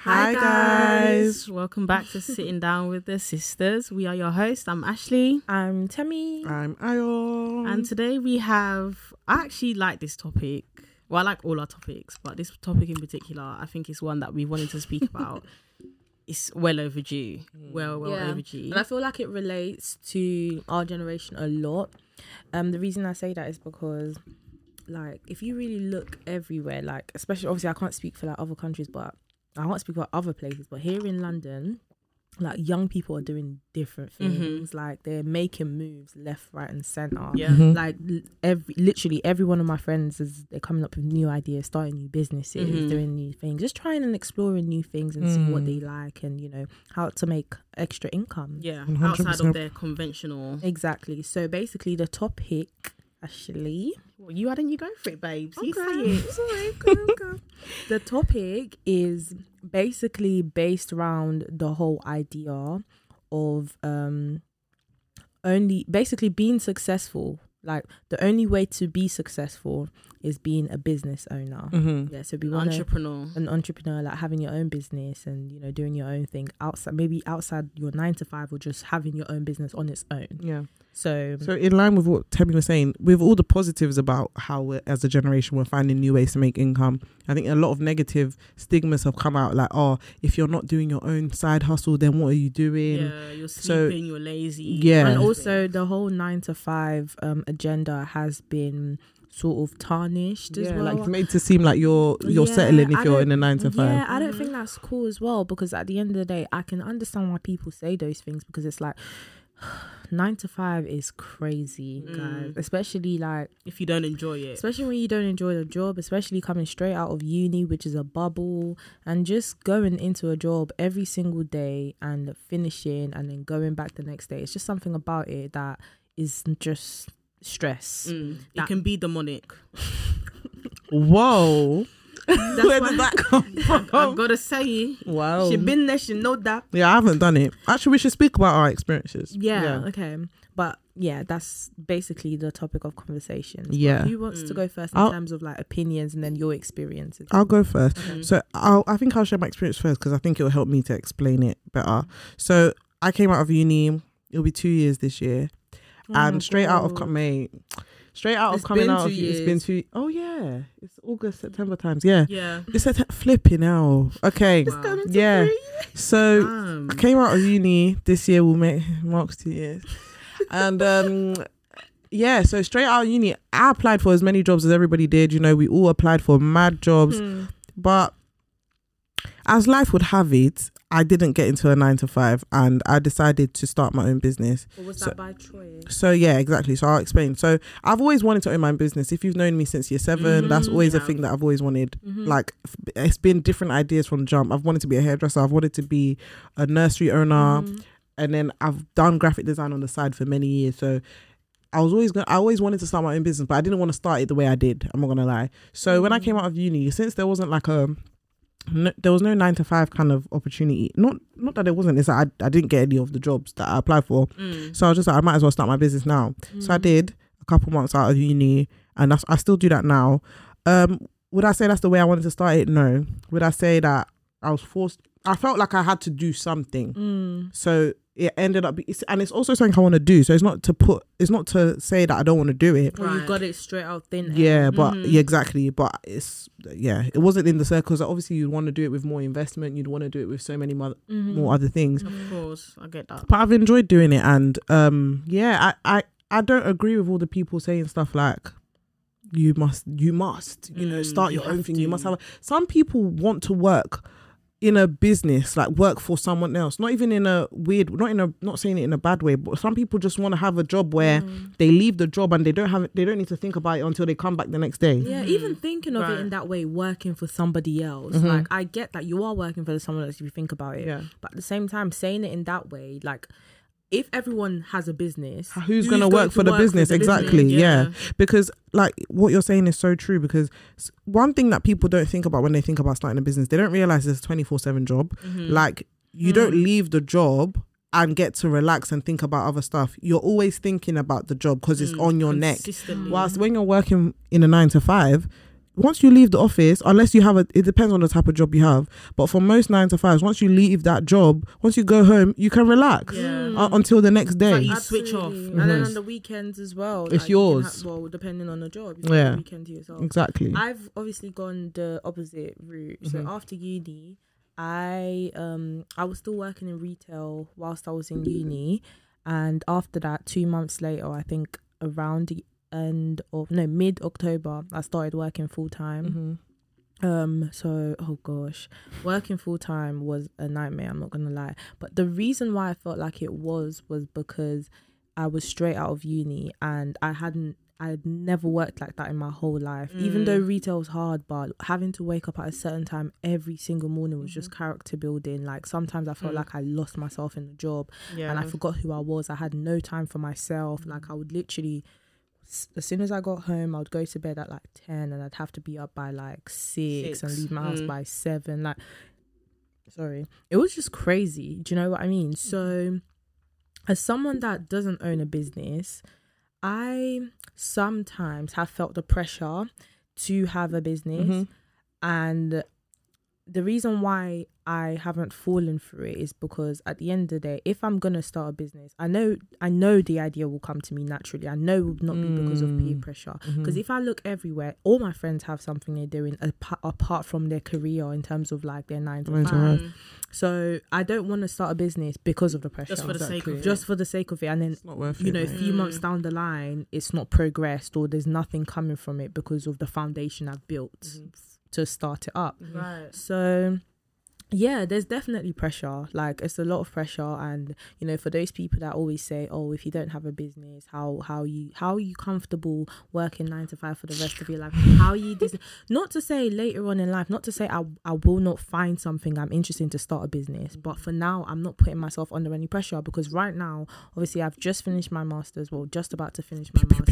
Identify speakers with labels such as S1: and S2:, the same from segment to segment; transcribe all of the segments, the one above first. S1: Hi, guys.
S2: Welcome back to Sitting Down with the Sisters. We are your hosts. I'm Ashley.
S1: I'm Temmie.
S3: I'm Ayo.
S2: And today we have I actually like this topic. Well, I like all our topics, but this topic in particular, I think is one that we wanted to speak about. it's well overdue. Well, well
S1: Yeah.
S2: overdue.
S1: And I feel like it relates to our generation a lot. Um, the reason I say that is because, like, if you really look everywhere, like, especially obviously, I can't speak for like other countries, but I can't speak about other places. But here in London, like, young people are doing different
S2: Mhm.
S1: things. Like, they're making moves left, right, and center.
S2: yeah.
S1: like l- every literally every one of my friends is they're coming up with new ideas starting new businesses
S2: Mhm.
S1: doing new things just trying and exploring new things and seeing what
S3: Mm.
S1: they like and you know how to make extra income
S2: Yeah.
S3: 100%.
S2: Outside of their conventional.
S1: exactly so basically the topic actually
S2: Well, you hadn't you go for it, babes. You
S1: Okay.
S2: say it.
S1: It's all right. Go, go. the topic is basically based around the whole idea of um only basically being successful like the only way to be successful is being a business owner
S3: Mm-hmm.
S1: yeah so we want
S2: Entrepreneur.
S1: Mm. an entrepreneur like having your own business and you know doing your own thing outside maybe outside your nine to five or just having your own business on its own
S3: Yeah.
S1: so
S3: So in line with what Temmie was saying, with all the positives about how we're, as a generation we're finding new ways to make income, I think a lot of negative stigmas have come out. Like, oh, if you're not doing your own side hustle, then what are you doing?
S2: Yeah. You're
S3: so-
S2: sleeping, you're lazy.
S3: Yeah.
S1: and also the whole nine to five um, agenda has been sort of tarnished as
S3: Yeah,
S1: well.
S3: like it's made to seem like you're you're
S1: Yeah,
S3: settling if
S1: I
S3: you're
S1: don't-
S3: in a nine to
S1: yeah,
S3: five.
S1: I don't think that's cool as well because at the end of the day, I can understand why people say those things because it's like nine to five is crazy,
S2: Mm.
S1: guys. Especially like,
S2: if you don't enjoy it.
S1: especially when you don't enjoy the job, especially coming straight out of uni, which is a bubble, and just going into a job every single day and finishing and then going back the next day. It's just something about it that is just stress.
S2: Mm. It
S1: That-
S2: can be demonic.
S3: Whoa,
S2: That's
S3: where
S2: why-
S3: did that come from?
S2: I've got to say it.
S3: wow.
S2: She been there, she know that.
S3: Yeah, I haven't done it. Actually, we should speak about our experiences.
S1: Yeah,
S3: Yeah.
S1: okay. But yeah, that's basically the topic of conversation.
S3: Yeah.
S1: Who wants to
S2: Mm.
S1: go first in
S3: I'll-
S1: terms of like opinions and then your experiences?
S3: I'll go first.
S1: Mm-hmm.
S2: Okay.
S3: So I'll, I think I'll share my experience first because I think it'll help me to explain it better. So I came out of uni. It'll be two years this year,
S1: Oh
S3: and straight out of co- mate, straight out
S2: Mm. It's
S3: of coming
S2: been
S3: out
S2: two
S3: of it's been
S2: years.
S3: two. Oh yeah, it's August September times. Yeah,
S2: Yeah.
S3: it's a t- flipping out. Okay,
S2: Wow.
S3: yeah. So
S2: Damn.
S3: I came out of uni this year will make marks two years and um yeah so straight out of uni i applied for as many jobs as everybody did you know we all applied for mad jobs
S1: Hmm.
S3: but as life would have it i didn't get into a nine to five and i decided to start my own business
S1: Or was
S3: So-
S1: that by choice?
S3: so yeah exactly so i'll explain so i've always wanted to own my own business if you've known me since year 7 that's
S2: Mhm.
S3: always
S2: Yeah.
S3: a thing that i've always wanted like f- it's been different ideas from jump i've wanted to be a hairdresser i've wanted to be a nursery owner and then I've done graphic design on the side for many years. So I was always going. I always wanted to start my own business, but I didn't want to start it the way I did. I'm not gonna lie. So when I came out of uni, since there wasn't like a no, there was no nine to five kind of opportunity. Not not that there wasn't. It's that I, I didn't get any of the jobs that I applied for.
S2: Mm.
S3: So I was just like, I might as well start my business now. So I did a couple months out of uni, and that's, I still do that now. Um, would I say that's the way I wanted to start it? No. Would I say that I was forced? I felt like I had to do something.
S1: Hmm.
S3: So it ended up, be- it's, and it's also something I want to do. So it's not to put, it's not to say that I don't want to do it.
S1: Or you
S2: Right.
S1: got it straight out thin air.
S3: Yeah, but
S2: Mhm.
S3: yeah, exactly. But it's yeah, it wasn't in the circles. that Obviously, you'd want to do it with more investment. You'd want to do it with so many mo-
S1: Mhm.
S3: more other things.
S2: Of course, I get that.
S3: But I've enjoyed doing it, and um, yeah, I I I don't agree with all the people saying stuff like you must you must you know
S2: Mm,
S3: start
S2: you
S3: your own
S2: have
S3: thing you must
S2: to.
S3: have a, some people want to work in a business like work for someone else not even in a weird not in a not saying it in a bad way but some people just want to have a job where
S1: Mm.
S3: they leave the job and they don't have they don't need to think about it until they come back the next day
S1: Yeah,
S2: Mhm.
S1: even thinking of
S2: Right.
S1: it in that way, working for somebody else.
S3: Mhm.
S1: Like I get that you are working for someone else if you think about it.
S3: yeah
S1: But at the same time, saying it in that way, like if everyone has a business,
S3: who's, gonna work for the business exactly yeah. because like what you're saying is so true because s- one thing that people don't think about when they think about starting a business they don't realize it's a 24-7 job
S2: Mhm.
S3: like you
S2: Mm.
S3: don't leave the job and get to relax and think about other stuff you're always thinking about the job because it's
S2: Mm,
S3: on your neck
S2: consistently.
S3: whilst when you're working in a nine to five once you leave the office, unless you have a, it depends on the type of job you have. But for most nine to fives, once you leave that job, once you go home, you can relax
S1: Mm.
S2: Yeah.
S3: uh, until the next day.
S2: Like you switch off.
S1: Absolutely. And then
S3: Mhm.
S1: on the weekends as well.
S3: It's
S1: you can
S3: yours.
S1: have- well, depending on the job. You
S3: Yeah.
S1: yeah. Weekend to yourself.
S3: exactly.
S1: I've obviously gone the opposite route. So
S3: Mhm.
S1: after uni, I um I was still working in retail whilst I was in uni, and after that, two months later, I think around the end of no mid October, I started working full time.
S3: Mhm.
S1: Um, so oh gosh, working full time was a nightmare, I'm not gonna lie. But the reason why I felt like it was was because I was straight out of uni and I hadn't I had never worked like that in my whole life. Even
S2: Mm.
S1: though retail's hard, but having to wake up at a certain time every single morning was just character building. Like sometimes I felt
S2: Mm-hmm. Mm.
S1: like I lost myself in the job
S2: Yeah. Mm.
S1: and I forgot who I was. I had no time for myself. Like I would literally, s- as soon as I got home, I would go to bed at like ten, and I'd have to be up by like six, and
S2: Six.
S1: leave my house
S2: Mm.
S1: by seven. Like, sorry, it was just crazy. Do you know what I
S2: Mm.
S1: mean? So, as someone that doesn't own a business, I sometimes have felt the pressure to have a business
S3: Mhm.
S1: and the reason why I haven't fallen for it is because at the end of the day, if I'm gonna start a business, I know I know the idea will come to me naturally. I know it will not be because of peer
S3: Mm.
S1: pressure.
S3: Mhm.
S1: Because if I look everywhere, all my friends have something they're doing apart, apart from their career in terms of like their nine to
S3: Nine to
S1: five.
S3: five.
S2: Mm.
S1: So I don't want to start a business because of the pressure,
S2: Just for the sake
S3: Exactly.
S2: of it.
S1: just for the sake of it, and then
S3: it's not worth
S1: you
S3: it,
S1: know, a
S3: mate.
S1: few months
S2: Mm.
S1: down the line, it's not progressed or there's nothing coming from it because of the foundation I've built to start it up.
S2: right.
S1: So yeah, there's definitely pressure. Like it's a lot of pressure and you know, for those people that always say, Oh, if you don't have a business, how how you how are you comfortable working nine to five for the rest of your life? How are you this not to say later on in life, not to say I I will not find something I'm interested in to start a business, but for now I'm not putting myself under any pressure because right now, obviously I've just finished my masters, well just about to finish my masters.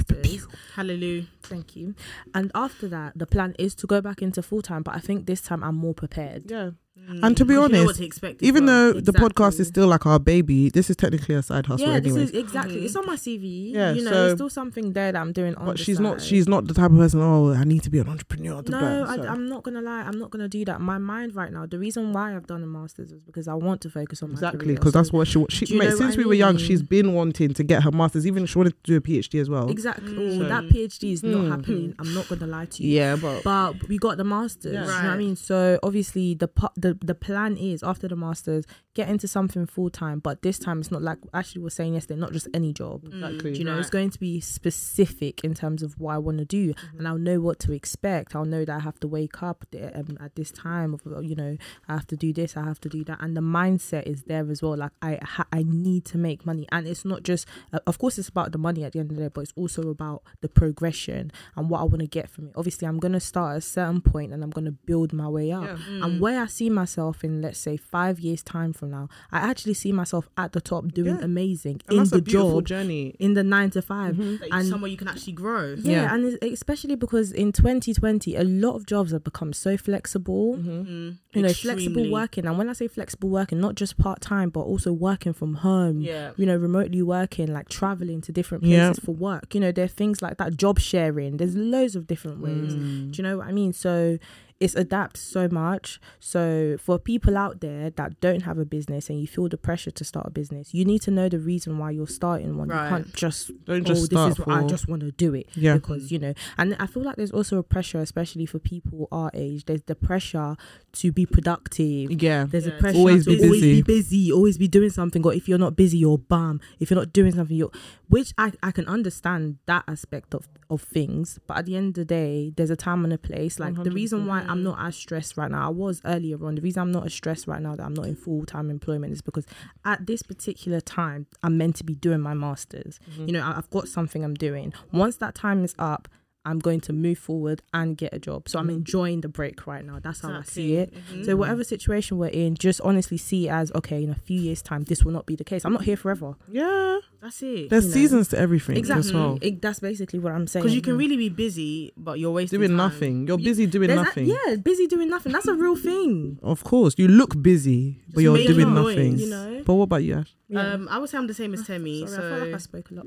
S2: Hallelujah.
S1: Thank you. And after that, the plan is to go back into full time, but I think this time I'm more prepared.
S3: Yeah.
S2: Mm.
S3: And to be
S2: You know what
S3: honest,
S2: to expect as
S3: Even
S2: well.
S3: though the podcast
S1: Exactly.
S3: is still like our baby, this is technically a side hustle
S1: yeah,
S3: anyway.
S1: this is exactly.
S2: Mhm.
S1: It's on my CV.
S3: Yeah,
S1: you
S3: so-
S1: know, there's still something there that I'm doing on.
S3: but
S1: the
S3: she's not
S1: side.
S3: she's not the type of person, oh, I need to be an entrepreneur.
S1: No,
S3: blah,
S1: I,
S3: so.
S1: I'm not gonna lie. I'm not gonna do that. My mind right now. The reason why I've done a masters is because I want to focus on my
S3: Exactly,
S1: career.
S3: because
S1: So-
S3: that's what she wa- she
S1: Do you
S3: mate,
S1: know what
S3: since
S1: I
S3: we were young,
S1: mean?
S3: she's been wanting to get her masters. Even she wanted to do a PhD as well.
S1: exactly.
S2: Mm.
S1: Oh,
S3: So-
S1: that PhD is
S3: Mm.
S1: not happening. I'm not gonna lie to you.
S3: Yeah, but
S1: But we got the masters.
S3: Yeah.
S1: You know what I
S2: Right.
S1: mean? So obviously the pa- the the plan is after the masters get into something full time. But this time it's not like Ashley was saying yesterday. Not just any job.
S3: Exactly.
S1: Do you know, it's
S2: Right.
S1: going to be specific in terms of what I want to do,
S2: Mm-hmm.
S1: and I'll know what to expect. I'll know that I have to wake up th- um, at this time. Of uh, you know, I have to do this, I have to do that, and the mindset is there as well. Like I, ha- I need to make money, and it's not just. Uh, of course, it's about the money at the end of the day, but it's also about the progression and what I want to get from it. Obviously, I'm going to start at a certain point, and I'm going to build my way up.
S2: Mm.
S3: Mm.
S1: And where I see myself in, let's say, five years' time from now, I actually see myself at the top doing
S3: Yeah.
S1: amazing
S3: and
S1: in
S3: that's
S1: the
S3: a beautiful
S1: job,
S3: journey.
S1: in the nine to 5
S3: Mhm.
S2: Like,
S1: and-
S2: somewhere you can actually grow.
S1: yeah,
S3: Yeah.
S1: and it's- especially because in 2020, a lot of jobs have become so flexible.
S3: Mhm.
S2: Mm.
S1: You know,
S2: Extremely.
S1: flexible working, and when I say flexible working, not just part time, but also working from home.
S2: Yeah.
S1: You know, remotely working, like traveling to different places
S3: Yeah.
S1: for work. You know, there are things like that. Job sharing. There's loads of different ways.
S3: Mm.
S1: Do you know what I mean? So it's adapts so much. So for people out there that don't have a business and you feel the pressure to start a business, you need to know the reason why you're starting one.
S2: Right.
S1: You can't just
S3: Don't
S1: oh,
S3: just start
S1: this is what I
S3: for-
S1: just want to do it
S3: Yeah.
S1: because you know and i feel like there's also a pressure especially for people our age there's the pressure to be productive
S3: Yeah.
S1: there's
S2: Yeah,
S1: a
S2: to
S1: pressure
S3: always
S1: to
S3: be
S1: always
S3: busy.
S1: be busy always be doing something or if you're not busy you're bum if you're not doing something you're which i, I can understand that aspect of of things but at the end of the day there's a time and a place like the reason why i'm not as stressed right now i was earlier on the reason i'm not as stressed right now that i'm not in full-time employment is because at this particular time i'm meant to be doing my masters you know I- i've got something i'm doing once that time is up i'm going to move forward and get a job so i'm enjoying the break right now that's how i see it
S2: Mhm.
S1: so whatever situation we're in, just honestly see it as okay. In a few years' time, this will not be the case. I'm not here forever.
S3: Yeah.
S2: That's it.
S3: There's
S1: you know.
S3: seasons to everything as
S1: Exactly.
S3: well.
S1: It- that's basically what I'm saying.
S2: Oh. Because you can really be busy, but you're wasting
S3: Doing
S2: time.
S3: nothing. You're
S1: You-
S3: busy doing
S1: There's
S3: nothing.
S1: That, yeah, busy doing nothing. That's a real thing.
S3: Of course, you look busy, but
S2: Just
S3: you're
S2: make
S3: doing
S2: noise,
S3: nothing.
S2: you know?
S3: But what about you? Ash?
S1: Yeah.
S2: Um, I would say I'm the same as Temmie.
S1: Oh,
S2: so
S1: Sorry, I feel like I spoke a lot.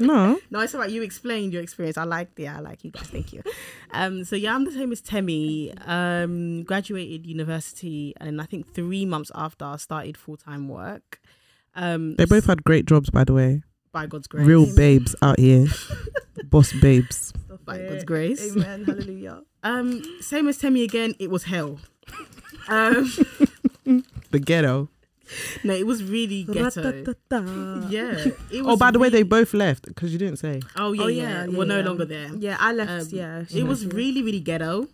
S3: No.
S2: No, it's all right. You explained your experience. I like yeah, I like you guys. Thank you. Um, so yeah, I'm the same as Temmie. Um, graduated university, and I think three months after I started full time work. Um,
S3: They both had great jobs, by the way.
S2: by God's grace.
S3: Real babes out here, boss babes.
S2: by God's grace.
S1: Amen. Hallelujah.
S2: Um, same as Temmie again. It was hell. Um,
S3: The ghetto.
S2: no, it was really ghetto.
S1: Ra-ta-ta-ta.
S2: Yeah. It was
S3: Oh, by the way, they
S2: really-
S3: both left because you didn't say.
S2: Oh yeah,
S1: Oh,
S2: yeah.
S1: yeah,
S2: We're
S1: yeah,
S2: no
S1: yeah.
S2: longer there.
S1: Yeah, I left.
S2: Um,
S1: yeah,
S2: It was really, really ghetto.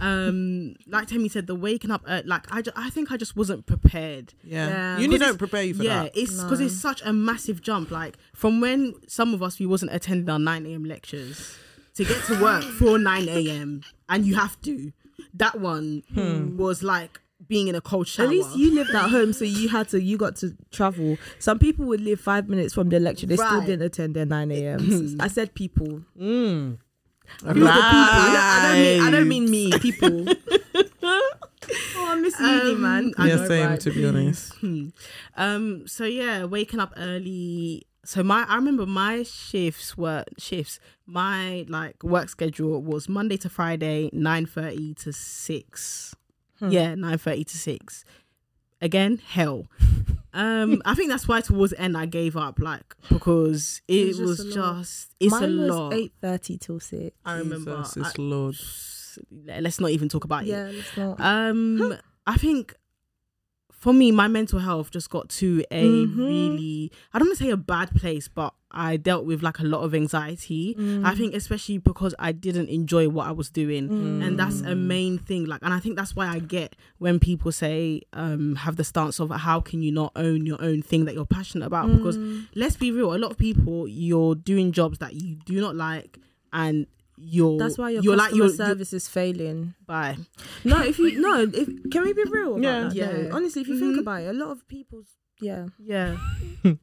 S2: Um, like Tammy said, the waking up, uh, like I, ju- I think I just wasn't prepared.
S3: Yeah.
S1: Yeah.
S3: You need
S2: Because
S3: don't prepare you for
S2: yeah,
S3: that.
S2: it's because
S1: No.
S2: it's such a massive jump. Like from when some of us we wasn't attending our nine a.m. lectures to get to work for nine a.m. and you have to. That one was like being in a cold shower.
S1: Hmm. At least you lived at home, so you had to. You got to travel. Some people would live five minutes from their lecture. They still
S2: Right.
S1: didn't attend their nine a.m. I said people.
S3: Mm.
S1: You the people. I don't, I don't mean. I don't mean me. People. oh, I miss uni,
S2: Um,
S1: man.
S2: I
S3: Yeah,
S2: know,
S3: same,
S2: right?
S3: to be honest.
S2: Hmm. um, so yeah, waking up early. So my, I remember my shifts were shifts. My like work schedule was Monday to Friday, nine thirty to six.
S1: Hmm.
S2: Yeah, nine thirty to six. Again, hell. Um, I think that's why towards the end I gave up, like because it,
S1: It was
S2: was
S1: just
S2: just,
S1: a lot.
S2: it's
S1: Mine
S2: a
S1: was
S2: lot.
S1: eight thirty till six.
S2: I remember.
S3: Jesus is Lord.
S2: I- let's not even talk about it.
S1: Yeah, let's not.
S2: Um, I think for me, my mental health just got to a
S1: Mhm.
S2: really, I don't want to say a bad place, but I dealt with like a lot of anxiety.
S1: Mm-hmm. Mm.
S2: I think, especially because I didn't enjoy what I was doing.
S1: Mm.
S2: And that's a main thing. Like, and I think that's why I get when people say, um, have the stance of how can you not own your own thing that you're passionate about?
S1: Mm.
S2: Because let's be real, a lot of people, you're doing jobs that you do not like and you're
S1: That's why your
S2: you're
S1: customer
S2: like you're, you're
S1: service is failing.
S2: bye
S1: No, if you no, if can we be real? About
S3: Yeah.
S1: that?
S2: Yeah.
S1: No. Honestly, if you think
S2: Mhm.
S1: about it, a lot of people's yeah.
S2: Yeah.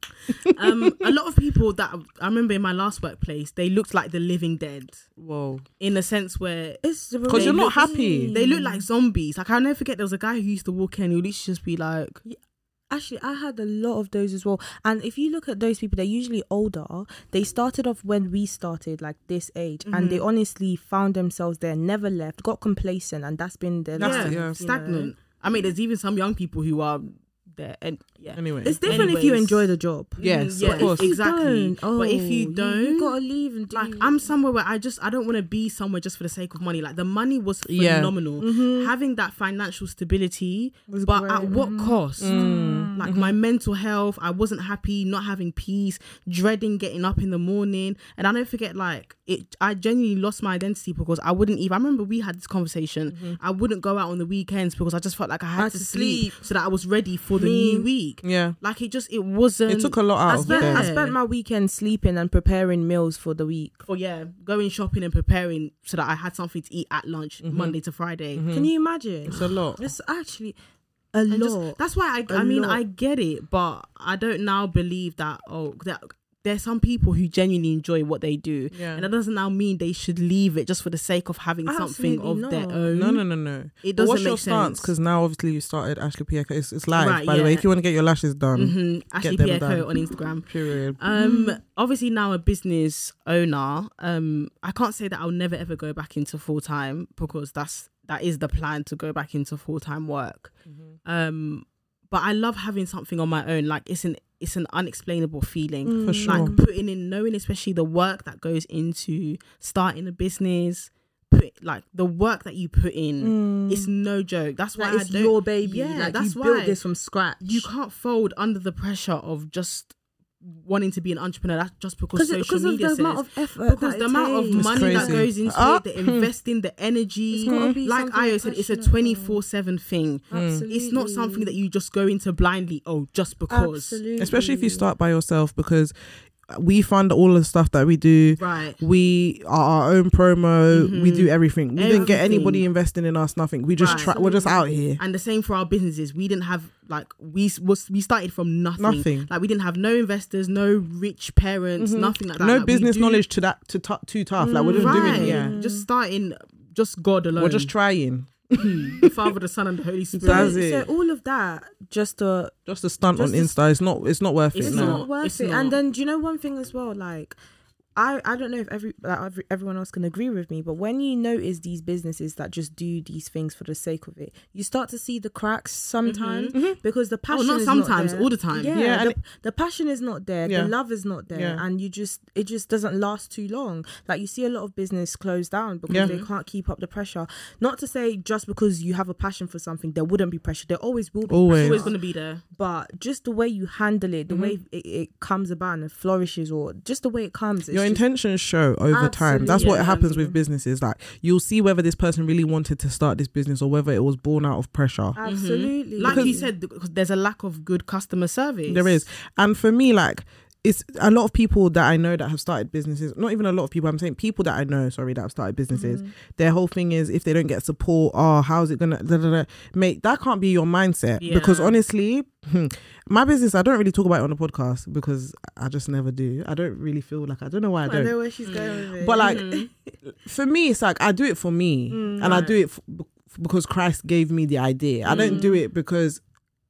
S2: um, a lot of people that I remember in my last workplace, they looked like the living dead
S3: Whoa.
S2: in a sense where
S1: It's
S3: 'Cause you're not happy.
S2: they look
S1: Mm.
S2: like zombies. Like I'll never forget there was a guy who used to walk in and he would literally just be like,
S1: Actually, I had a lot of those as well. And if you look at those people, they're usually older. They started off when we started, like this age, and
S2: Mm-hmm.
S1: they honestly found themselves there, never left, got complacent, and that's been their
S3: That's
S1: life.
S3: it, yeah.
S1: you
S2: stagnant.
S1: know.
S2: I mean, there's even some young people who are there and yeah.
S3: Anyway.
S1: It's different if you
S2: Anyways.
S1: enjoy the job.
S3: Yes,
S2: Yeah,
S3: of course.
S1: If you
S2: exactly.
S1: don't, oh,
S2: but if you don't,
S1: you, gotta leave and do
S2: like I'm somewhere where I just I don't want to be somewhere just for the sake of money. Like the money was
S3: Yeah.
S2: phenomenal. Having that financial stability,
S1: Was
S2: but
S1: great,
S2: at what cost? Like my mental health, I wasn't happy, not having peace, dreading getting up in the morning. And I don't forget like it I genuinely lost my identity because I wouldn't even I remember we had this conversation. I wouldn't go out on the weekends because I just felt like I had, to, sleep. so that I was ready for the new week.
S3: yeah.
S2: Like it just it wasn't
S3: It took a lot out
S1: I
S3: of
S1: spent, I
S3: them.
S1: spent my weekend sleeping and preparing meals for the week.
S2: for yeah, going shopping and preparing so that I had something to eat at lunch
S3: Mm-hmm.
S2: Monday to Friday.
S1: Can you imagine?
S3: It's a lot.
S1: It's actually a
S2: Mm. And just-
S1: lot.
S2: that's why I,
S1: A
S2: I mean
S1: lot.
S2: I get it, but I don't now believe that oh that there's some people who genuinely enjoy what they do,
S3: Yeah.
S2: and that doesn't now mean they should leave it just for the sake of having something
S1: Absolutely
S2: of their
S1: not.
S2: own.
S3: No, no, no, no.
S2: It
S3: But
S2: doesn't
S3: what's
S2: make
S3: your stance?
S2: sense.
S3: Because now, obviously, you started Ashley Pieka. It's, it's live,
S2: Right,
S3: by the way.
S2: yeah.
S3: If you want to get your lashes done,
S2: Mhm. Ashley
S3: um, them
S2: Pieco
S3: done.
S2: on Instagram.
S3: period.
S2: Um, obviously now a business owner. Um, I can't say that I'll never ever go back into full time because that's that is the plan to go back into full time work. Um, but I love having something on my own. Like it's an it's an unexplainable
S1: Mm.
S2: feeling.
S3: For sure.
S2: Like putting in knowing, especially the work that goes into starting a business. Put like the work that you put in. It's no joke. That's why
S1: Like,
S2: I
S1: it's
S2: don't-
S1: Mm. your baby.
S2: Yeah,
S1: like
S2: that's
S1: you
S2: why
S1: built this from scratch.
S2: you can't fold under the pressure of just wanting to be an entrepreneur. That's just because
S1: because
S2: social
S1: because of
S2: media
S1: the
S2: says
S1: amount of effort.
S2: because
S1: that
S2: the
S1: it
S2: amount of
S1: takes.
S2: money that
S3: crazy.
S2: goes into
S3: Ah,
S2: it, the
S3: hmm.
S2: investing, the energy.
S1: It's gotta be
S2: Like
S1: something
S2: Io
S1: you're
S2: said, it's a
S1: passionate about.
S2: twenty four seven thing.
S1: Absolutely.
S2: It's not something that you just go into blindly. Oh, just because.
S1: Absolutely.
S3: Especially if you start by yourself, because we fund all the stuff that we do.
S2: Right.
S3: We are our own promo. We
S2: Mhm.
S3: do everything. We didn't get anybody
S2: Everything.
S3: investing in us. Nothing. We just
S2: Right.
S3: try. We're just out here.
S2: And the same for our businesses. We didn't have like we s- was we started from nothing.
S3: Nothing.
S2: Like we didn't have no investors, no rich parents,
S1: Mm-hmm.
S2: nothing like that.
S3: no
S2: Like, we
S3: business
S2: do-
S3: knowledge to that to t- too tough. Like we're just doing
S2: Right.
S3: it. Yeah.
S2: Just starting just God alone.
S3: We're just trying.
S2: the Father, the Son and the Holy Spirit.
S3: That's
S1: so,
S3: it.
S1: so all of that just to
S3: Just a stunt
S1: Just
S3: on
S1: a-
S3: Insta. It's not. It's not worth
S2: It's
S3: it.
S1: it's
S3: no.
S1: not worth
S2: It's
S1: it.
S2: not.
S1: And then do you know one thing as well? Like, I I don't know if every, like, every everyone else can agree with me, but when you notice these businesses that just do these things for the sake of it, you start to see the cracks sometimes because the
S2: Oh,
S1: passion
S2: not
S1: is
S2: sometimes,
S1: Mm-hmm. not there.
S2: all the time.
S1: Yeah,
S3: Yeah,
S1: the,
S3: and it-
S1: the passion is not there.
S3: Yeah.
S1: The love is not there,
S3: Yeah.
S1: and you just it just doesn't last too long. Like you see a lot of business close down because
S3: Yeah.
S1: they can't keep up the pressure. Not to say just because you have a passion for something, there wouldn't be pressure. There always will be.
S3: Always.
S2: It's always gonna be there.
S1: But just the way you handle it, the way
S3: Mm-hmm.
S1: it, it comes about and flourishes, or just the way it comes, it's
S3: Your
S1: just-
S3: intentions show over time. That's
S1: Absolutely.
S3: what happens with businesses. Like you'll see whether this person really wanted to start this business or whether it was born out of pressure.
S1: Mm-hmm. absolutely
S2: Like you said, th- 'cause there's a lack of good customer service.
S3: There is. And for me, like, it's a lot of people that I know that have started businesses, not even a lot of people, I'm saying people that I know, sorry, that have started businesses.
S1: Mm-hmm.
S3: Their whole thing is if they don't get support, oh, how's it gonna, da, da, da. mate, that can't be your mindset. Because
S2: Yeah.
S3: honestly, hmm, my business, I don't really talk about it on the podcast because I just never do. I don't really feel like, I don't know why I
S1: I
S3: don't. Mm.
S1: know where
S2: Mm.
S1: she's going with it.
S3: But like,
S1: Mm-hmm.
S2: Mhm.
S3: for me, it's like I do it for me,
S2: Mm,
S3: and I do it f- b- because Christ gave me the idea. I don't
S2: Mm.
S3: do it because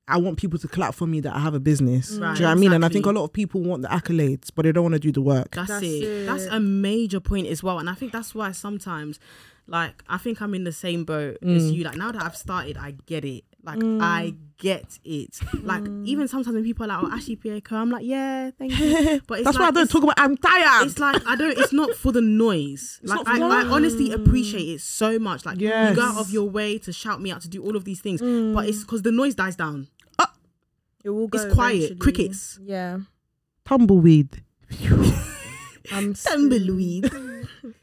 S3: I want people to clap for me that I have a business.
S1: Mm.
S2: Right,
S3: do you know what I mean? And I think a
S2: Mm, exactly.
S3: lot of people want the accolades, but they don't want to do the work.
S2: That's,
S1: That's
S2: it.
S1: it.
S2: That's a major point as well. And I think that's why sometimes, like, I think I'm in the same boat
S1: Mm.
S2: as you. Like, now that I've started, I get it. Like, I get it. Like,
S1: Mm.
S2: even sometimes when people are like, oh, Ashley Pieko, I'm like, yeah, thank you. But it's
S3: That's
S2: like,
S3: why I don't
S2: it's-
S3: talk about. I'm tired.
S2: It's like I don't. It's not for the noise. like
S3: not for
S2: I,
S3: the
S2: I honestly appreciate it so much. Like you
S3: Yes.
S2: go out of your way to shout me out to do all of these things, but it's because the noise dies down.
S1: Mm. it will go
S2: it's quiet.
S1: eventually.
S2: Crickets.
S1: Yeah,
S3: Tumbleweed.
S1: I'm
S2: Tumbleweed.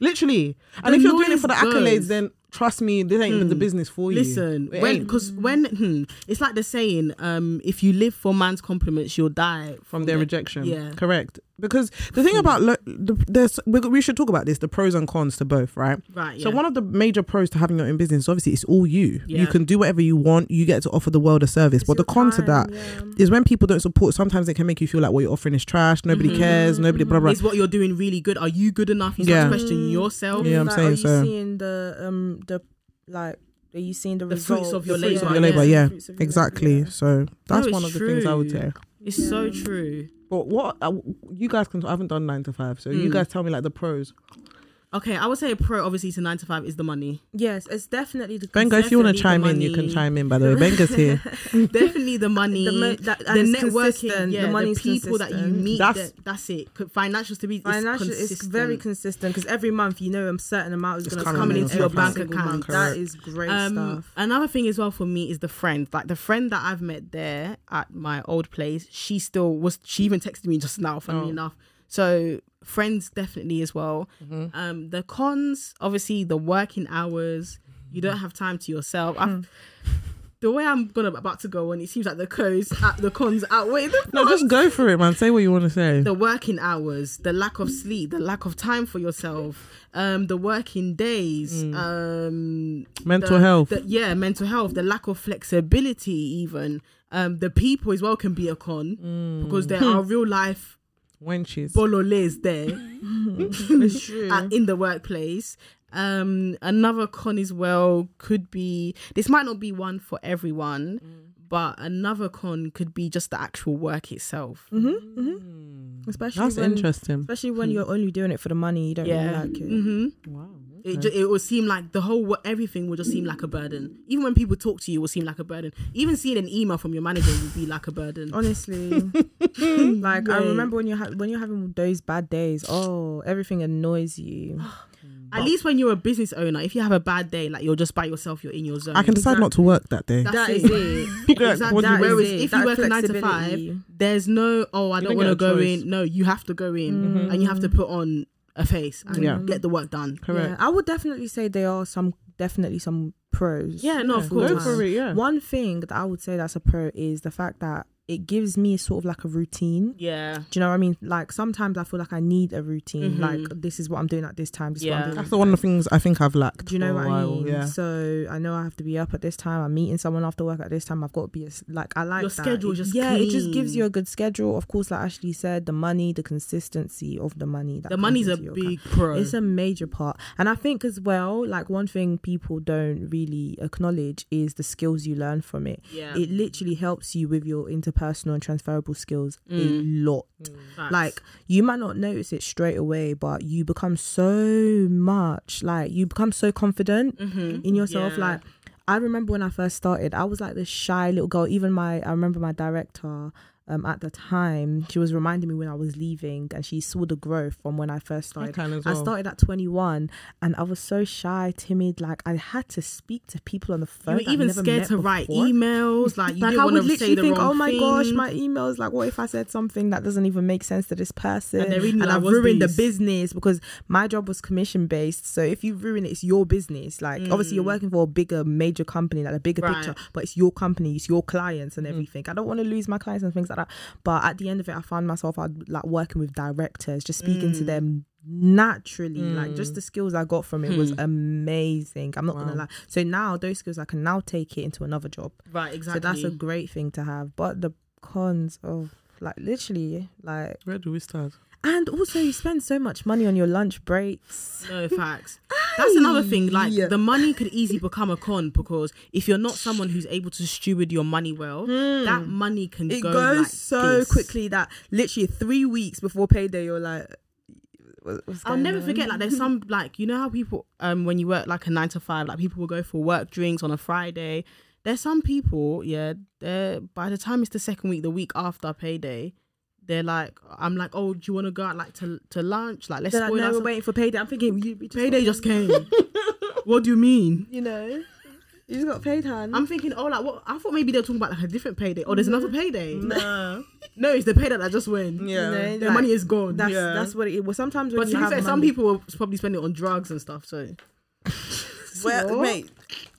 S3: Literally. And
S2: The
S3: if you're doing it
S2: noise
S3: for the
S2: goes. Mm.
S3: accolades, then trust me, this ain't the business for you.
S2: Listen,
S3: It
S2: when
S3: ain't.
S2: because when hmm, it's like the saying, um, if you live for man's compliments, you'll die
S3: from their rejection.
S2: Yeah.
S3: Correct. Because the thing about lo- the, there's we, we should talk about this the pros and cons to both, right?
S2: Right.
S3: So one of the major pros to having your own business, obviously, it's all you.
S2: Yeah.
S3: You can do whatever you want. You get to offer the world a service. but the con to that is when people don't support, sometimes it can make you feel like what you're offering is trash. Nobody
S2: Mm-hmm.
S3: cares. Nobody blah blah.
S2: is what you're doing really good. Are you good enough? You
S3: Yeah. Mm.
S2: start questioning yourself.
S3: Yeah, I'm
S1: like,
S3: saying
S1: are you
S3: so.
S1: seeing the um the like are you seeing the,
S2: The fruits
S1: results
S2: of your
S1: The fruits
S2: labour.
S3: Your
S2: Yeah.
S3: labor,
S1: The
S3: yeah,
S1: fruits of your
S3: exactly.
S1: labour,
S3: So that's
S2: No,
S3: one of
S2: it's
S3: the things I would
S2: true.
S3: say.
S2: It's so true.
S3: But what uh, you guys can, I haven't done nine to five, so you
S2: Mm.
S3: guys tell me like the pros.
S2: Okay, I would say a pro obviously to nine to five is the money.
S1: yeah. Yes, it's definitely the
S3: Benga, if you want to
S2: Definitely the
S3: chime in, you can
S2: money.
S3: chime in. By the way, Benga's here.
S2: Definitely the money.
S1: The mo- that- and it's consistent. The
S2: yeah,
S1: money's
S2: people that you
S1: consistent.
S2: meet.
S3: That's-
S2: That's, that's it. Co- Financial stability
S1: financial
S2: is
S1: it's
S2: consistent.
S1: very consistent because every month you know a certain amount is
S3: It's
S1: going to
S3: coming
S1: come
S2: in
S1: into
S2: every
S1: your
S2: month.
S1: bank account.
S2: Correct.
S1: That is great
S2: Um,
S1: stuff.
S2: Another thing as well for me is the friend. Like the friend that I've met there at my old place, she still was. She even texted me just now. Funny
S3: Oh.
S2: enough, so friends definitely as well.
S1: Mm-hmm.
S2: Um, the cons, obviously, the working hours. You don't have time to yourself.
S1: Hmm.
S2: I've, the way I'm gonna about to go on, it seems like the cons, uh, the cons outweigh the
S3: no, just go for it, man. Say what you want to say.
S2: the working hours, the lack of sleep, the lack of time for yourself, um, the working days, um,
S3: Mental
S2: the-
S3: health.
S2: the- yeah, mental health, the lack of flexibility, even um, the people as well can be a con because there are real life
S3: when she's
S2: bololes there
S1: It's true.
S2: at, in the workplace. Um, another con as well could be this might not be one for everyone. But another con could be just the actual work itself.
S1: especially
S3: Hmm. that's
S1: when,
S3: interesting.
S1: Especially when you're only doing it for the money, you don't
S2: Yeah.
S1: really like it.
S2: hmm
S3: Wow.
S2: It, ju- it will seem like the whole wo- everything will just seem like a burden. Even when people talk to you, it will seem like a burden. Even seeing an email from your manager will be like a burden.
S1: Oh, Honestly, like I
S2: Yeah.
S1: remember when you ha- when you're having those bad days. Oh, everything annoys you.
S2: At least when you're a business owner, if you have a bad day, like you're just by yourself, you're in your zone.
S3: I can decide not to work that day.
S2: That's
S1: That
S2: it.
S1: is it.
S3: People are like,
S2: exactly.
S3: what do you-
S1: That is
S2: Whereas
S1: it.
S2: if
S1: That
S2: you work a nine to
S1: flexibility.
S2: five, there's no oh I
S3: don't
S2: don't
S3: get
S2: want
S3: a
S2: to go
S3: choice.
S2: in. No, you have to go in, and you have to put on a face and
S3: Yeah.
S2: get the work done.
S1: Yeah,
S3: Correct.
S1: I would definitely say there are some definitely some pros.
S2: Yeah, no, of
S1: Yeah,
S2: course.
S3: Go for it. Yeah.
S1: One thing that I would say that's a pro is the fact that it gives me sort of like a routine.
S2: Yeah.
S1: Do you know what I mean? Like sometimes I feel like I need a routine.
S2: Mhm.
S1: Like this is what I'm doing at this time. This is what I'm
S2: Yeah.
S1: doing.
S3: That's the one of the things I think I've lacked.
S1: Do you know
S3: for a
S1: what I
S3: while,
S1: mean?
S3: Yeah.
S1: So I know I have to be up at this time. I'm meeting someone after work at this time. I've got to be as- like I like
S2: Your
S1: that.
S2: schedule is just
S1: yeah. It just gives
S2: clean.
S1: you a good schedule. Of course, like Ashley said, the money, the consistency of the money.
S2: The
S1: That comes
S2: money's a
S1: into your account.
S2: big pro.
S1: It's a major part. And I think as well, like one thing people don't really acknowledge is the skills you learn from it.
S2: yeah.
S1: It literally helps you with your interpersonal and transferable skills
S2: Mm.
S1: a lot.
S2: Facts.
S1: Like you might not notice it straight away, but you become so much like you become so confident
S2: Mhm.
S1: in yourself.
S2: Yeah.
S1: Like I remember when I first started, I was like this shy little girl. Even my I remember my director um at the time, she was reminding me when I was leaving and she saw the growth from when I first started.
S3: Kind as
S1: I
S3: well.
S1: started at 21 and I was so shy, timid. Like, I had to speak to people on the
S2: you
S1: phone.
S2: were
S1: that I'd
S2: even
S1: never
S2: scared
S1: met
S2: to write
S1: before.
S2: emails. Like you
S1: Like,
S2: didn't
S1: I
S2: want
S1: would
S2: to say
S1: literally
S2: the
S1: think,
S2: wrong
S1: oh my gosh,
S2: thing."
S1: my emails. Like, what if I said something that doesn't even make sense to this person?
S2: And they really like,
S1: I've
S2: what's
S1: ruined
S2: this?
S1: the business because my job was commission based. So if you ruin it, it's your business. Like, obviously, you're
S2: Mm.
S1: working for a bigger, major company, like a bigger
S2: Right. Mm.
S1: picture, but it's your company, it's your clients and everything. I don't want to lose my clients and things like that. But at the end of it, I found myself I'd, like working with directors, just speaking to
S2: Mm.
S1: them naturally like
S3: Mm.
S1: just the skills i got from it was
S2: Hmm.
S1: amazing i'm not gonna
S3: Wow.
S1: lie so now those skills i can now take it into another job
S2: right exactly.
S1: so that's a great thing to have. But the cons of like literally like
S3: Where do we start?
S1: and also you spend so much money on your lunch breaks.
S2: No facts. That's another thing. Like
S1: Aye.
S2: the money could easily become a con because if you're not someone who's able to steward your money well, that money can
S1: Hmm. it
S2: go
S1: goes
S2: like
S1: so
S2: this.
S1: quickly that literally three weeks before payday you're like what- what's
S2: I'll
S1: going
S2: never
S1: on?
S2: forget. Like there's some like you know how people um when you work like a nine to five, like people will go for work drinks on a Friday. There's some people, yeah. They're by the time it's the second week, the week after payday, they're like, I'm like, oh, do you want to go out like to to lunch? Like let's
S1: They're like,
S2: spoil
S1: no,
S2: that
S1: we're
S2: some-"
S1: waiting for payday. I'm thinking you we just
S2: Payday just came. what do you mean?
S1: you know. You just got paid, hand.
S2: I'm thinking, oh, like what? I thought maybe they were talking about like a different payday. Oh, there's another
S1: Mm-hmm.
S2: payday.
S3: No.
S2: No, it's the payday that just went.
S3: Yeah.
S1: No,
S2: Their
S1: Mm-hmm. like,
S2: money is gone.
S1: that's
S3: Yeah.
S1: that's what it was. Sometimes when
S2: but
S1: you
S2: to be
S1: have
S2: fair, some
S1: money-
S2: people were probably spending it on drugs and stuff. So
S3: Well, mate,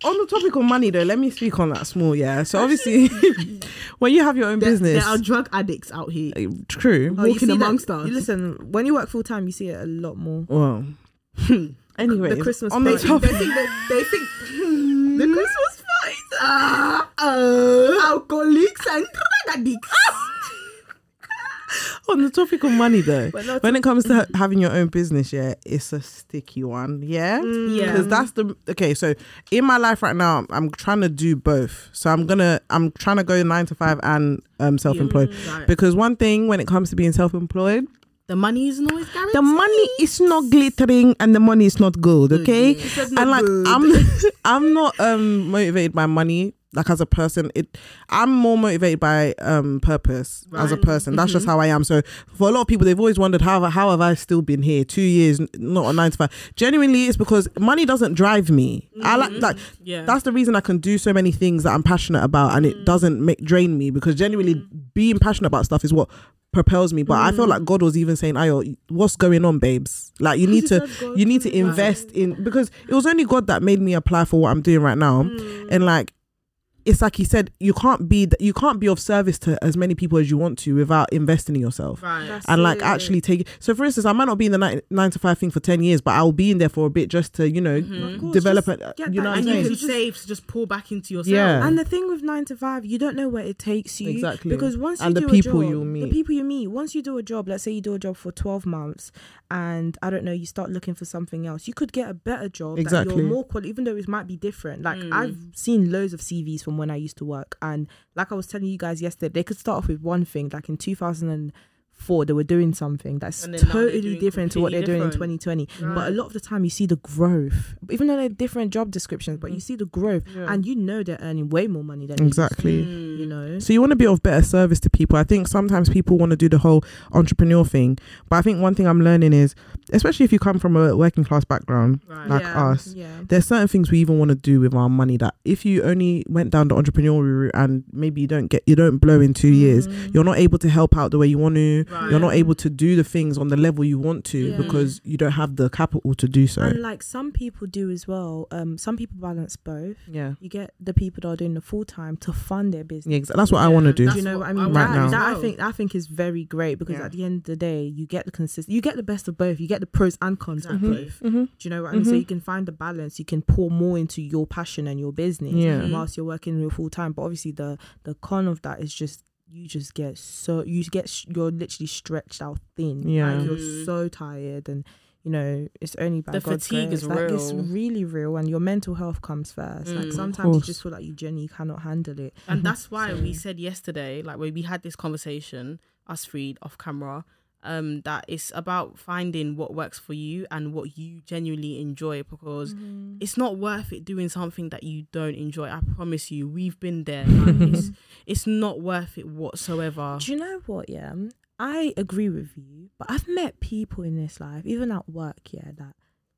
S3: on the topic of money though, let me speak on that small. Yeah. So obviously, when you have your own
S2: there,
S3: business,
S2: there are drug addicts out here.
S3: eh, true.
S1: Oh, you
S2: walking
S1: see that-
S2: amongst us.
S1: you Listen, when you work full time, you see it a lot more.
S3: Well, anyway,
S1: The Christmas
S3: on the
S1: party.
S3: topic,
S2: think that they think
S1: The Christmas party.
S2: Hmm? ah, alcoholics and drug addicts. Ah.
S3: on the topic of money though,
S1: But not
S3: when it comes to ha- having your own business, yeah, it's a sticky one. Yeah.
S2: yeah.
S3: because that's the okay so in my life right now i'm trying to do both so i'm gonna i'm trying to go nine to five and um self-employed
S2: Right.
S3: because one thing when it comes to being self-employed
S2: The money isn't always guaranteed.
S3: the money is not glittering and the money is not gold
S2: Mm-hmm.
S3: okay and like i'm i'm not um motivated by money like as a person it i'm more motivated by um purpose as a
S2: Right. Mm-hmm.
S3: person that's just how i am so for a lot of people they've always wondered how, how have i still been here two years n- not a nine to five genuinely it's because money doesn't drive me i like like
S2: Mm-hmm. yeah. Mm-hmm.
S3: that's the reason I can do so many things that I'm passionate about and it doesn't make drain me because genuinely being passionate about stuff is what propels me. But I feel like God was even saying, Ayo, what's going on, babes? Like you need to you need to invest in because it was only God that made me apply for what I'm doing right now. And like it's like he said, you can't be th- you can't be of service to as many people as you want to without investing in yourself
S2: right.
S3: and like actually take it. So, for instance, I might not be in the nine, nine to five thing for ten years, but I'll be in there for a bit just to you know
S2: Mhm. Of
S1: course,
S3: develop
S1: just
S3: it.
S1: get
S3: You
S1: that
S3: know, what I'm
S2: and you
S3: saying?
S2: can
S1: Just-
S2: save to just pour back into yourself.
S3: Yeah.
S1: And the thing with nine to five, you don't know where it takes you.
S3: Exactly.
S1: Because once you
S3: And the
S1: do
S3: people
S1: a job,
S3: you'll meet.
S1: the people you meet, once you do a job, let's say you do a job for twelve months, and I don't know, you start looking for something else. You could get a better job that
S3: Exactly.
S1: you're more quali, even though it might be different. Like
S2: Mm.
S1: I've seen loads of CVs from when I used to work, and like I was telling you guys yesterday, they could start off with one thing. Like in two thousand and four, they were doing something that's
S2: And then now they're
S1: totally
S2: doing
S1: different to what they're
S2: completely
S1: doing in
S2: different.
S1: 2020 but a
S2: Right.
S1: lot of the time you see the growth even though they're different job descriptions
S2: Mm.
S1: but you see the growth
S3: Yeah.
S1: and you know they're earning way more money than you,
S3: Exactly.
S2: Mm.
S1: you know
S3: So you want to be of better service to people. I think sometimes people want to do the whole entrepreneur thing, but I think one thing I'm learning is, especially if you come from a working class background,
S2: Right.
S3: like
S1: yeah.
S3: us.
S1: yeah
S3: there's certain things we even want to do with our money that if you only went down the entrepreneurial route and maybe you don't get you don't blow in 2 years, you're not able to help out the way you want to.
S2: Right.
S3: you're not able to do the things on the level you want to
S1: Yeah.
S3: because you don't have the capital to do so.
S1: And like some people do as well. Um, some people balance both.
S3: Yeah.
S1: You get the people that are doing the full time to fund their business.
S3: Yeah, exa- that's what I want to do.
S1: Do you know what I mean?
S3: Right
S1: that,
S3: now.
S1: that I think I think is very great because
S3: Yeah.
S1: at the end of the day, you get the consist, you get the best of both. You get the pros and cons of
S2: Exactly.
S1: both.
S3: Mhm.
S1: Do you know what I mean? So
S3: Mhm.
S1: you can find the balance. You can pour more into your passion and your business
S3: Yeah.
S2: Mhm.
S1: whilst you're working your full time. But obviously, the the con of that is just you just get so you get sh- you're literally stretched out thin.
S3: Yeah.
S1: like, you're
S2: Mhm.
S1: so tired and. You know, it's only by
S2: The
S1: God's
S2: fatigue
S1: grace.
S2: is
S1: like, It's
S2: real.
S1: really real, and your mental health comes first.
S2: Mm.
S1: Like
S2: Of
S1: sometimes you
S3: course.
S1: just feel like you genuinely cannot handle it.
S2: And
S3: Mhm.
S2: that's why we
S1: So-
S2: said yesterday, like when we had this conversation, us three off camera, um, that it's about finding what works for you and what you genuinely enjoy because it's not worth it doing something that you don't enjoy. I promise you, we've been there. Like, it's, it's not worth it whatsoever.
S1: Do you know what? Yeah, Um, I agree with you, but I've met people in this life, even at work, yeah, that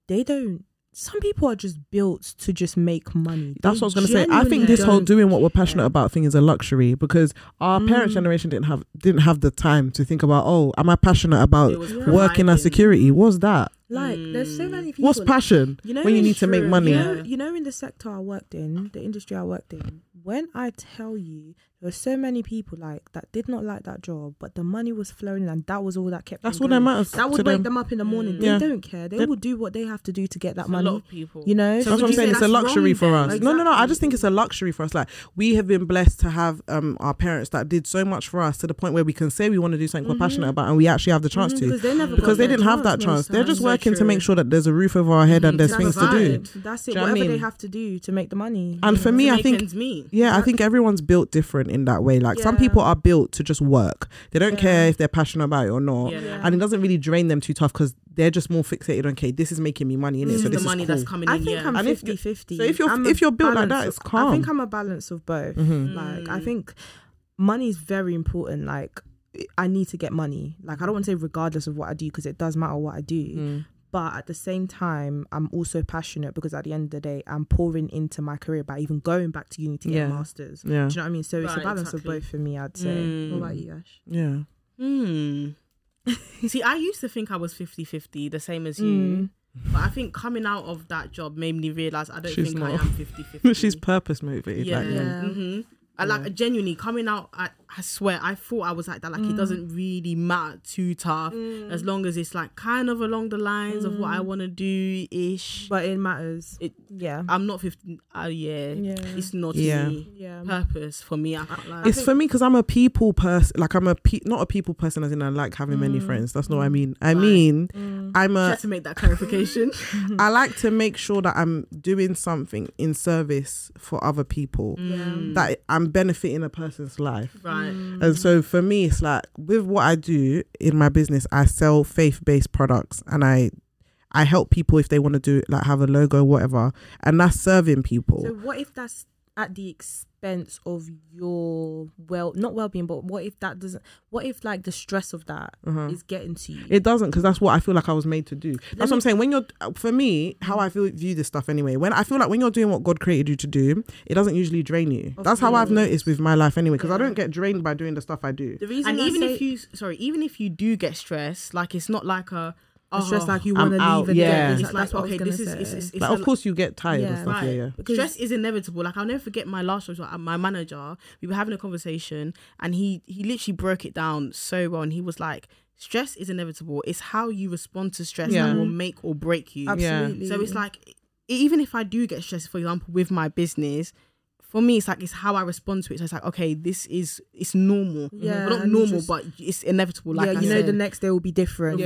S1: they don't. Some people are just built to just make money.
S3: That's
S1: They
S3: what I was gonna say. I
S1: genuinely
S3: think this whole
S1: don't
S3: doing what we're passionate
S1: care.
S3: about thing is a luxury because our parents'
S1: Mm.
S3: generation didn't have didn't have the time to think about oh, am I passionate about
S2: was
S1: Yeah.
S3: working
S2: providing-
S3: as security? What's that?
S1: Like, there's so
S2: Mm.
S1: many people.
S3: What's passion?
S1: You know,
S3: when you
S1: in-
S3: need to make
S2: true,
S3: money.
S1: You
S2: yeah.
S1: know, you know, in the sector I worked in, the industry I worked in, when I tell you there were so many people like that did not like that job, but the money was flowing in and that was all that kept
S3: That's
S1: them
S3: what that
S1: going.
S3: matters.
S1: Oh That
S3: to
S1: would wake them. up in the morning.
S2: Mm.
S1: They
S3: Yeah.
S1: don't care. They
S3: They-
S1: will do what they have to do to get that
S2: It's A lot
S1: money.
S2: of people.
S1: You know,
S2: So would
S3: that's what I'm
S2: you say
S3: saying. It's a
S2: that's
S3: luxury
S2: wrong
S3: for us.
S2: then?
S3: No, no, no. I
S1: Exactly.
S3: just think it's a luxury for us. Like we have been blessed to have um our parents that did so much for us to the point where we can say we want to do something
S1: Mhm.
S3: we're passionate about and we actually have the chance
S1: Mhm,
S3: to.
S1: because they never
S2: Because
S1: got
S3: because they
S1: their
S3: didn't have that
S1: most
S3: chance. They're
S1: times.
S3: just
S2: So
S3: working to
S2: true.
S3: make sure that there's a roof over our head and there's
S2: Mhm.
S3: things to do.
S2: Provide.
S1: it. Mm-hmm. That's
S3: Do
S1: it.
S3: you know what I
S1: Whatever they
S3: mean?
S1: have to do to make the money.
S3: And for
S2: To
S3: me, I
S2: make
S3: think-
S2: ends meet.
S3: Yeah, I think everyone's built different in that way. Like some
S1: Yeah.
S3: people are built to just work. They don't
S1: Yeah.
S3: care if they're passionate about it or not.
S2: Yeah.
S1: Yeah.
S3: And it doesn't really drain them too tough because they're just more fixated on okay, this is making me money in it.
S2: This
S1: Mm.
S3: So
S2: is
S3: this
S2: the money
S3: is cool.
S2: that's coming
S1: I
S2: in.
S1: think
S2: yeah.
S1: I'm
S3: And if-
S1: 50 50.
S3: so if you're- if you're built like that, it's
S1: I
S3: calm.
S1: think I'm a balance of both.
S3: Mhm.
S1: Like,
S2: Mm.
S1: I think money is very important. Like, I need to get money. Like, I don't want to say regardless of what I do because it does matter what I do.
S3: Mm.
S1: But at the same time, I'm also passionate because at the end of the day, I'm pouring into my career by even going back to uni to get
S3: Yeah.
S1: a master's.
S3: Mm-hmm. Yeah,
S1: Do you know what I mean? So it's a
S2: Right,
S1: balance
S2: exactly.
S1: of both for me, I'd say.
S2: Mm.
S1: What about you, Ash?
S3: yeah.
S2: Hmm. See, I used to think I was 50 50, the same as you.
S1: Mm.
S2: But I think coming out of that job made me realize I don't
S3: She's
S2: think I
S3: not.
S2: am 50 50.
S3: But she's purpose motivated.
S2: yeah.
S3: Like,
S1: yeah.
S2: hmm I like
S3: Yeah.
S2: genuinely coming out. I, I swear, I thought I was like that. Like it
S1: Mm.
S2: doesn't really matter too tough, as long as it's like kind of along the lines of what I
S1: Mm.
S2: want to do ish.
S1: But it matters.
S2: It-
S1: yeah.
S2: I'm not 50. Uh, yeah,
S1: Yeah.
S2: it's not
S3: Yeah.
S2: me.
S1: yeah.
S2: Purpose for me. I, can't lie.
S3: It's for me because I'm a people person. Like I'm a pe- not a people person as in I like having many
S1: Mm.
S3: friends. That's not what I
S1: Mm.
S3: mean. I
S2: Right.
S3: mean
S1: Mm.
S3: I'm a
S2: just to make that clarification.
S3: I like to make sure that I'm doing something in service for other people.
S2: Mm.
S3: That I'm benefiting a person's life.
S2: right.
S3: And so for me, it's like with what I do in my business, I sell faith-based products, and I, I help people if they want to do like have a logo, whatever, and that's serving people.
S1: So what if that's at the expense of your well not well being, but what if that doesn't what if like the stress of that is
S2: Mm.
S3: Uh-huh.
S1: getting to you?
S3: It doesn't because that's what I feel like I was made to do. That's what
S1: me-
S3: I'm saying. When you're for me, how I feel view this stuff anyway. When I feel like when you're doing what God created you to do, it doesn't usually drain you.
S1: Of
S3: that's how I've
S1: course.
S3: noticed with my life anyway. Because I
S1: Yeah.
S3: don't get drained by doing the stuff I do.
S1: the reason
S2: and even if you sorry even if you do get stressed like it's not like a oh,
S1: stress like you
S3: I'm
S1: want to
S3: out,
S1: leave and
S3: yeah.
S1: yeah.
S2: it's
S1: that's
S2: like
S1: what
S2: okay
S1: I was
S2: this is
S1: gonna
S2: it's,
S1: say.
S2: it's, it's
S3: Like
S2: a-
S3: of course you get tired and
S1: Yeah.
S3: stuff. Yeah,
S2: Right.
S3: yeah.
S1: Because-
S2: stress is inevitable like i'll never forget my last job like, my manager we were having a conversation and he he literally broke it down so well and he was like stress is inevitable it's how you respond to stress
S3: Yeah.
S2: that will make or break you
S1: absolutely
S2: so it's like e- even if i do get stressed for example with my business for me it's like it's how i respond to it so it's like okay this is it's normal
S1: yeah,
S2: well, not
S1: and you
S2: normal
S1: just-
S2: but it's inevitable like
S1: yeah,
S2: I
S1: you know
S2: said.
S1: the next day will be different.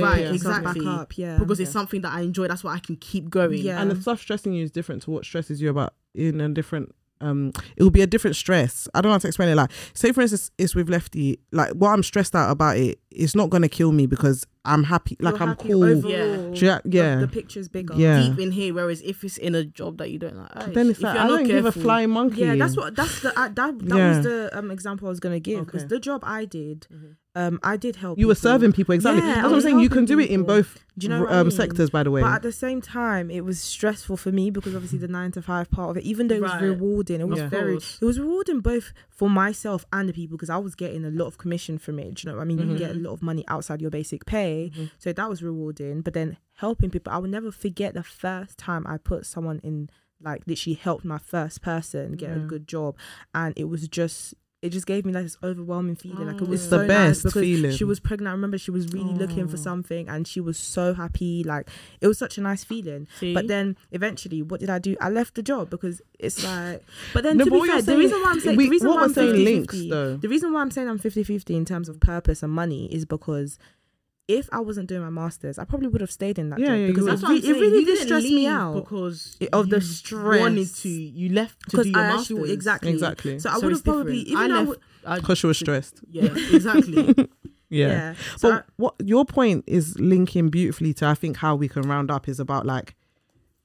S3: Right,
S1: You pick yourself
S2: exactly.
S1: Back up, yeah.
S2: because
S3: Yeah.
S2: it's something that I enjoy. That's why I can keep going.
S1: Yeah.
S3: and the stuff stressing you is different to what stresses you about in a different um it will be a different stress i don't know how to explain it like say for instance it's with lefty like what i'm stressed out about it it's not gonna kill me because i'm happy like
S1: You're
S3: i'm
S1: happy
S3: cool
S1: overall.
S2: Yeah.
S3: Do you- yeah.
S1: The, the picture's bigger.
S3: Yeah.
S2: Deep in here, whereas if it's in a job that you don't like, oh,
S3: then it's
S2: if
S3: like
S2: you're
S3: i
S2: not
S3: don't give a
S2: careful-
S3: flying monkey
S1: Yeah, that's what that's the uh, that that
S3: Yeah.
S1: was the um example I was gonna give because
S3: Okay. Mm-hmm.
S1: the job I did, um, I did help.
S3: you were
S1: people.
S3: serving people exactly
S1: Yeah,
S3: that's
S1: I
S3: what i'm
S1: was
S3: saying you can
S1: helping
S3: do it in
S1: people.
S3: both
S1: Do you know
S3: r-
S1: what I
S3: um
S1: mean?
S3: sectors by the way
S1: But at the same time, it was stressful for me because obviously the nine to five part of it, even though it was
S2: Right.
S1: rewarding, it was
S3: Of
S1: very,
S2: course.
S1: it was rewarding both for myself and the people because I was getting a lot of commission from it. Do you know what I mean? You get a
S3: Mm-hmm.
S1: lot of money outside your basic pay. So that was rewarding. But then helping people, I will never forget the first time I put someone in, like literally helped my first person get a
S2: Yeah.
S1: good job, and it was just. It just gave me like this overwhelming feeling. Like it
S2: Oh.
S1: was
S2: It's
S1: so
S3: the best
S1: nice because
S3: feeling.
S1: she was pregnant. I remember she was really looking for
S2: Oh.
S1: something, and she was so happy. Like it was such a nice feeling. But then eventually, what did I do? I left the job because it's like. But then
S3: No,
S1: to
S3: but
S1: be
S3: what
S1: fair,
S3: you're
S1: the
S3: saying-
S1: reason why I'm saying
S3: we-
S1: the reason
S3: what
S1: why
S3: we're
S1: I'm
S3: saying
S1: 50,
S3: links, though.
S1: The reason why I'm saying I'm 50-50 in terms of purpose and money is because if I wasn't doing my masters, I probably would have stayed in that
S3: Yeah,
S1: job
S3: yeah, you
S1: because
S3: would.
S1: it,
S3: That's
S1: re- it really did stress me out
S2: because
S1: It- of the
S2: you
S1: stress.
S2: Wanted to you left to do
S1: because
S2: your
S1: I actually
S2: masters.
S1: exactly
S3: Exactly.
S1: So I
S2: So
S1: would
S2: it's
S1: have probably
S2: different.
S1: even
S2: I
S1: though I
S2: left-
S1: would,
S2: I-
S3: Because she was stressed.
S2: yeah, exactly.
S1: yeah.
S3: yeah.
S1: So
S3: but what your point is linking beautifully to I think how we can round up is about like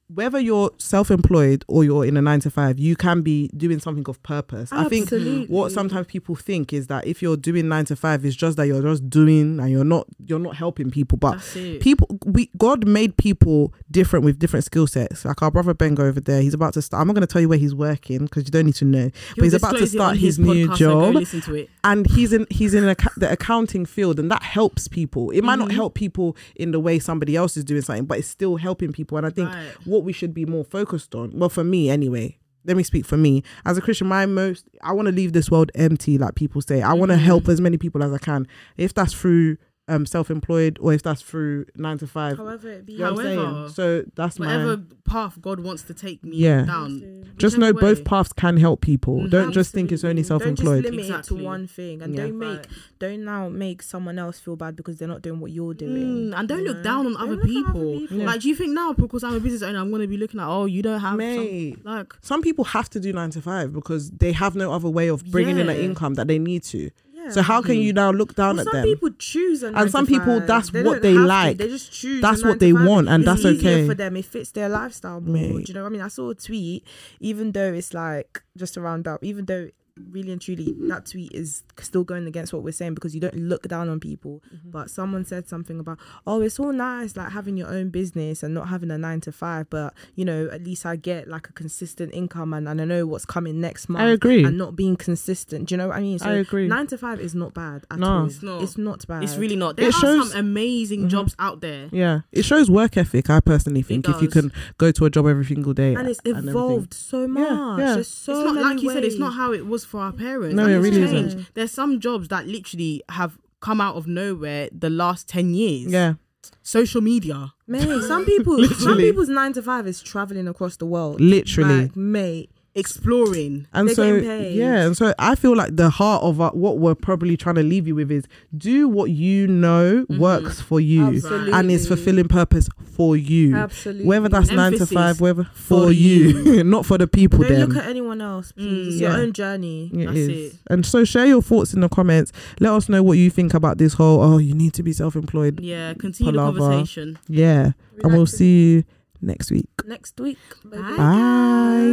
S3: whether you're self-employed or you're in a nine to five, you can be doing something of purpose.
S1: I,
S3: I think
S1: absolutely.
S3: what sometimes people think is that if you're doing nine to five, it's just that you're just doing and you're not you're not helping people. But
S2: That's it.
S3: people we god made people different with different skill sets like our brother bengo over there he's about to start i'm not going to tell you where he's working because you don't need to know but he's about to
S2: disclose it
S3: start
S2: on
S3: his,
S2: podcast,
S3: new
S2: so
S3: job
S2: Go listen to it.
S3: and he's in he's in acc- the accounting field and that helps people it might not
S2: Mhm.
S3: help people in the way somebody else is doing something but it's still helping people and i think
S2: Right.
S3: what we should be more focused on well for me anyway let me speak for me as a christian my most i want to leave this world empty like people say i want to
S2: Mhm.
S3: help as many people as i can if that's through um self-employed or if that's through nine to five
S1: however it be,
S3: you know what I'm
S2: However-
S3: saying? So that's
S2: Whatever
S3: my.
S2: path God wants to take me
S3: Yeah.
S2: down.
S3: Just know
S2: whichever way.
S3: both paths can help people.
S2: Mhm.
S3: Don't just think it's only
S1: Mm-hmm. Absolutely.
S3: self-employed.
S1: Don't just limit it
S2: Exactly.
S1: to one thing, and
S3: Yeah.
S1: don't make
S2: Right.
S1: don't now make someone else feel bad because they're not doing what you're doing.
S2: Mm, and don't
S1: you
S2: look
S1: know?
S2: down on
S1: Don't
S2: other
S1: look down on
S2: people.
S3: Yeah.
S2: Like, do you think now because I'm a business owner, I'm going to be looking at, oh, you don't have some,
S3: Mate,
S2: like,
S3: some people have to do nine to five because they have no other way of bringing in an
S2: Yeah.
S3: income that they need to.
S1: Yeah.
S3: So how can
S2: Mhm.
S3: you now look down
S1: Well,
S3: at
S1: some
S3: them?
S1: people choose, a nine to
S3: some people,
S1: five.
S3: that's what
S1: don't
S3: they
S1: have to.
S3: like.
S1: They just choose.
S3: That's
S1: a nine
S3: what
S1: to
S3: they
S1: five.
S3: want, and
S1: It's
S3: that's
S1: easier
S3: okay.
S1: for them. It fits their lifestyle more. Do
S3: Mate.
S1: you know what I mean? I saw a tweet, even though it's like just to round up, even though really and truly that tweet is still going against what we're saying because you don't look down on people.
S3: Mm-hmm.
S1: But someone said something about, oh, it's all nice like having your own business and not having a nine to five, but you know, at least I get like a consistent income and, and I know what's coming next month.
S3: agree.
S1: And not being consistent. Do you know what I mean? So
S3: I agree.
S1: Nine to five is not bad at
S3: No.
S1: all.
S3: It's
S2: not.
S1: It's not bad. Mm-hmm.
S2: it's really not. There
S3: It
S2: are
S3: shows-
S2: some amazing jobs out there.
S3: yeah, it shows work ethic. I personally think if you
S2: does.
S3: can go to a job every single day
S1: and it's
S3: everything.
S1: evolved so much.
S3: yeah.
S1: There's so
S2: it's not
S1: many
S2: like you said. It's
S1: ways.
S2: not how it was for our parents.
S3: No,
S2: That
S3: it
S2: has
S3: really
S2: changed.
S1: isn't.
S2: There's some jobs that literally have come out of nowhere the last ten years.
S3: Yeah,
S2: social media.
S1: mate. Some people, some
S3: Literally.
S1: people's nine to five is traveling across the world.
S3: literally.
S1: like, mate.
S2: exploring.
S3: and
S1: They're
S3: so
S1: getting paid.
S3: yeah and so i feel like the heart of uh, what we're probably trying to leave you with is do what you know
S1: Mm-hmm.
S3: works for you
S1: Absolutely.
S3: and is fulfilling purpose for you
S1: Absolutely.
S3: whether that's nine to
S2: Emphasis
S3: five whether
S2: for
S3: for you not for the people
S1: don't
S3: then
S1: look at anyone else. Please.
S2: Mm.
S1: it's
S3: Yeah.
S1: your own journey.
S3: It
S2: That's
S3: is.
S2: it.
S3: and so share your thoughts in the comments let us know what you think about this whole oh you need to be self-employed
S2: Yeah, continue
S3: Palaver.
S2: the conversation.
S3: yeah and we'll
S1: Relax.
S3: see you next week
S1: next week. baby.
S2: Bye.
S3: bye.